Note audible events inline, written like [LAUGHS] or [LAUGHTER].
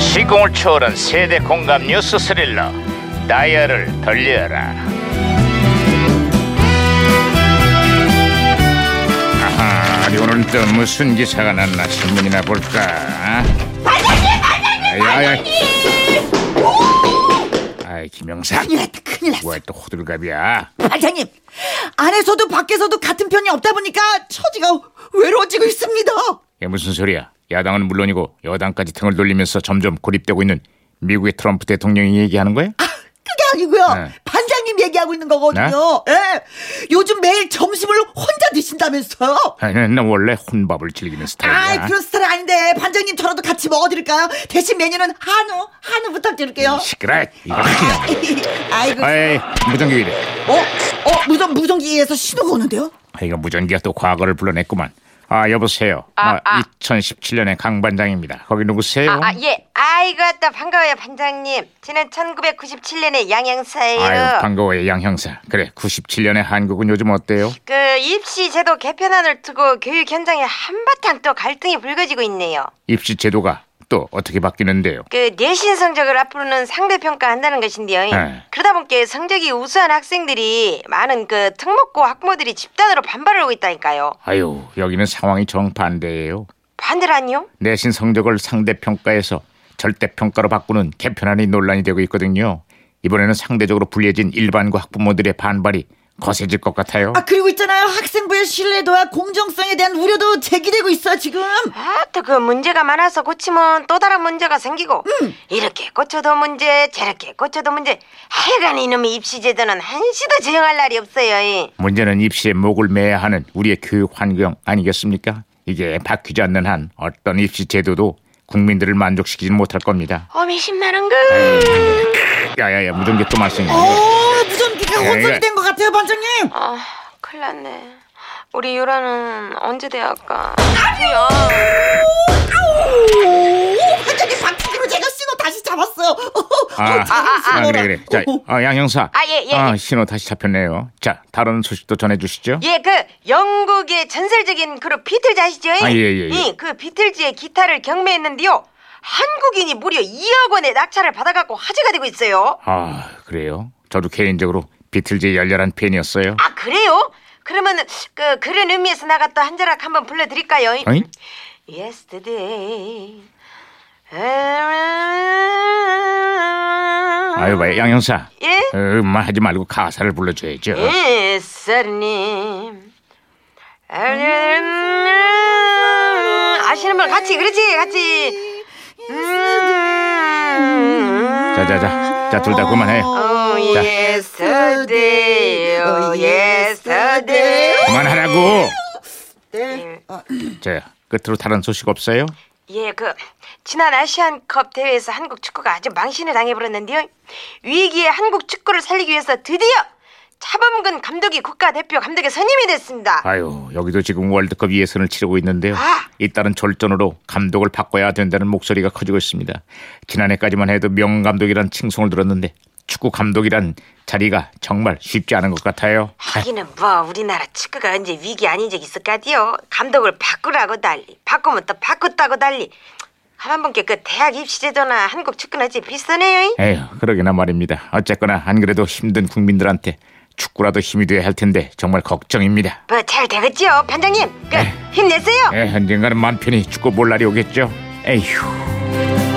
시공을 초월한 세대 공감 뉴스 스릴러 다이얼을 돌려라 아하 어디 오늘은 또 무슨 기사가 났나 신문이나 볼까 반장님 반장님 반장님 아이 김영사 큰일 났다 큰일 났어 왜 또 호들갑이야 반장님 안에서도 밖에서도 같은 편이 없다 보니까 처지가 외로워지고 있습니다 아, 이게 무슨 소리야 야당은 물론이고 여당까지 등을 돌리면서 점점 고립되고 있는 미국의 트럼프 대통령이 얘기하는 거야? 아 그게 아니고요 네. 반장님 얘기하고 있는 거거든요 예 요즘 매일 점심을 혼자 드신다면서요 아니, 나 원래 혼밥을 즐기는 스타일이야 아 그런 스타일 아닌데 반장님 저라도 같이 먹어드릴까요 대신 메뉴는 한우 한우 부탁드릴게요 시끄러 이거 그냥 [LAUGHS] 아이고 아이 무전기이래 어? 어? 무전, 무전기에서 신호가 오는데요? 아, 이거 무전기가 또 과거를 불러냈구만 아 여보세요 아, 아, 아. 2017년의 강 반장입니다 거기 누구세요? 아, 아, 예. 아이고, 아따, 반가워요, 반장님. 저는 1997년에 양양사예요. 유 반가워요 양 형사 그래 97년의 한국은 요즘 어때요? 그 입시 제도 개편안을 두고 교육 현장에 한바탕 또 갈등이 불거지고 있네요. 입시 제도가 또 어떻게 바뀌는데요? 그 내신 성적을 앞으로는 상대 평가한다는 것인데요. 네. 그러다 보니까 성적이 우수한 학생들이 많은 그 특목고 학부모들이 집단으로 반발을 하고 있다니까요. 아유 여기는 상황이 정반대예요 반대라니요? 내신 성적을 상대 평가에서 절대 평가로 바꾸는 개편안이 논란이 되고 있거든요 이번에는 상대적으로 불리해진 일반고 학부모들의 반발이 거세질 것 같아요 아 그리고 있잖아요 학생부의 신뢰도와 공정성에 대한 우려도 제기되고 있어요 지금 아또 그 문제가 많아서 고치면 또 다른 문제가 생기고 이렇게 고쳐도 문제 저렇게 고쳐도 문제 하여간 이놈의 입시제도는 한시도 조용할 날이 없어요 이. 문제는 입시에 목을 매야 하는 우리의 교육 환경 아니겠습니까? 이게 바뀌지 않는 한 어떤 입시 제도도 국민들을 만족시키지 못할 겁니다. 어미 심란한 거 야야야 무전기 또 말썽이야. 어 무전기가 예, 예. 혼선이 된 것 같아요 반장님 아, 큰일 났네 우리 유라는 언제 대학가 오 반장님 박치기로 제가 신호 다시 잡았어요 아, 아, 아, 그래 그래. 자, 아, 양 형사. 아, 예, 예. 아, 신호 다시 잡혔네요. 자, 다른 소식도 전해주시죠. 예 그 영국의 전설적인 그룹 비틀즈 아시죠? 이? 아, 예, 예, 예. 이, 그 비틀즈의 기타를 경매했는데요 한국인이 무려 2억 원의 낙찰을 받아갖고 화제가 되고 있어요 아, 그래요. 저도 개인적으로 비틀즈의 열렬한 팬이었어요. 아 그래요? 그러면 그 그런 의미에서 나갔다 한 자락 한번 불러드릴까요? 어잉? Yesterday. 아유, 아유, 봐, 양 형사. 예? 어, 음만 하지 말고 가사를 불러줘야죠. 예, 사님. 아시는 분 같이 그렇지 같이. 음. 자자자, 자 둘 다 그만해요. Oh 어, yesterday, oh yesterday. 그만하라고. 네. 어, 자, 끝으로 다른 소식 없어요? 예, 그 지난 아시안컵 대회에서 한국 축구가 아주 망신을 당해버렸는데요. 위기의 한국 축구를 살리기 위해서 드디어 차범근 감독이 국가대표 감독에 선임이 됐습니다. 아유, 여기도 지금 월드컵 예선을 치르고 있는데요. 아! 잇따른 졸전으로 감독을 바꿔야 된다는 목소리가 커지고 있습니다. 지난해까지만 해도 명감독이란 칭송을 들었는데 축구 감독이란 자리가 정말 쉽지 않은 것 같아요. 하기는 뭐 우리나라 축구가 언제 위기 아닌 적 있을까디요. 감독을 바꾸라고 달리 바꾸면 또 바꿨다고 달리 한번께그 대학 입시제도나 한국 축구는 어찌 비슷하네요. 에휴, 그러기나 말입니다. 어쨌거나 안 그래도 힘든 국민들한테 축구라도 힘이 돼야 할 텐데 정말 걱정입니다. 뭐잘 되겠지요, 반장님. 그 힘내세요. 에, 언젠가는 마 편히 축구 볼 날이 오겠죠. 에휴.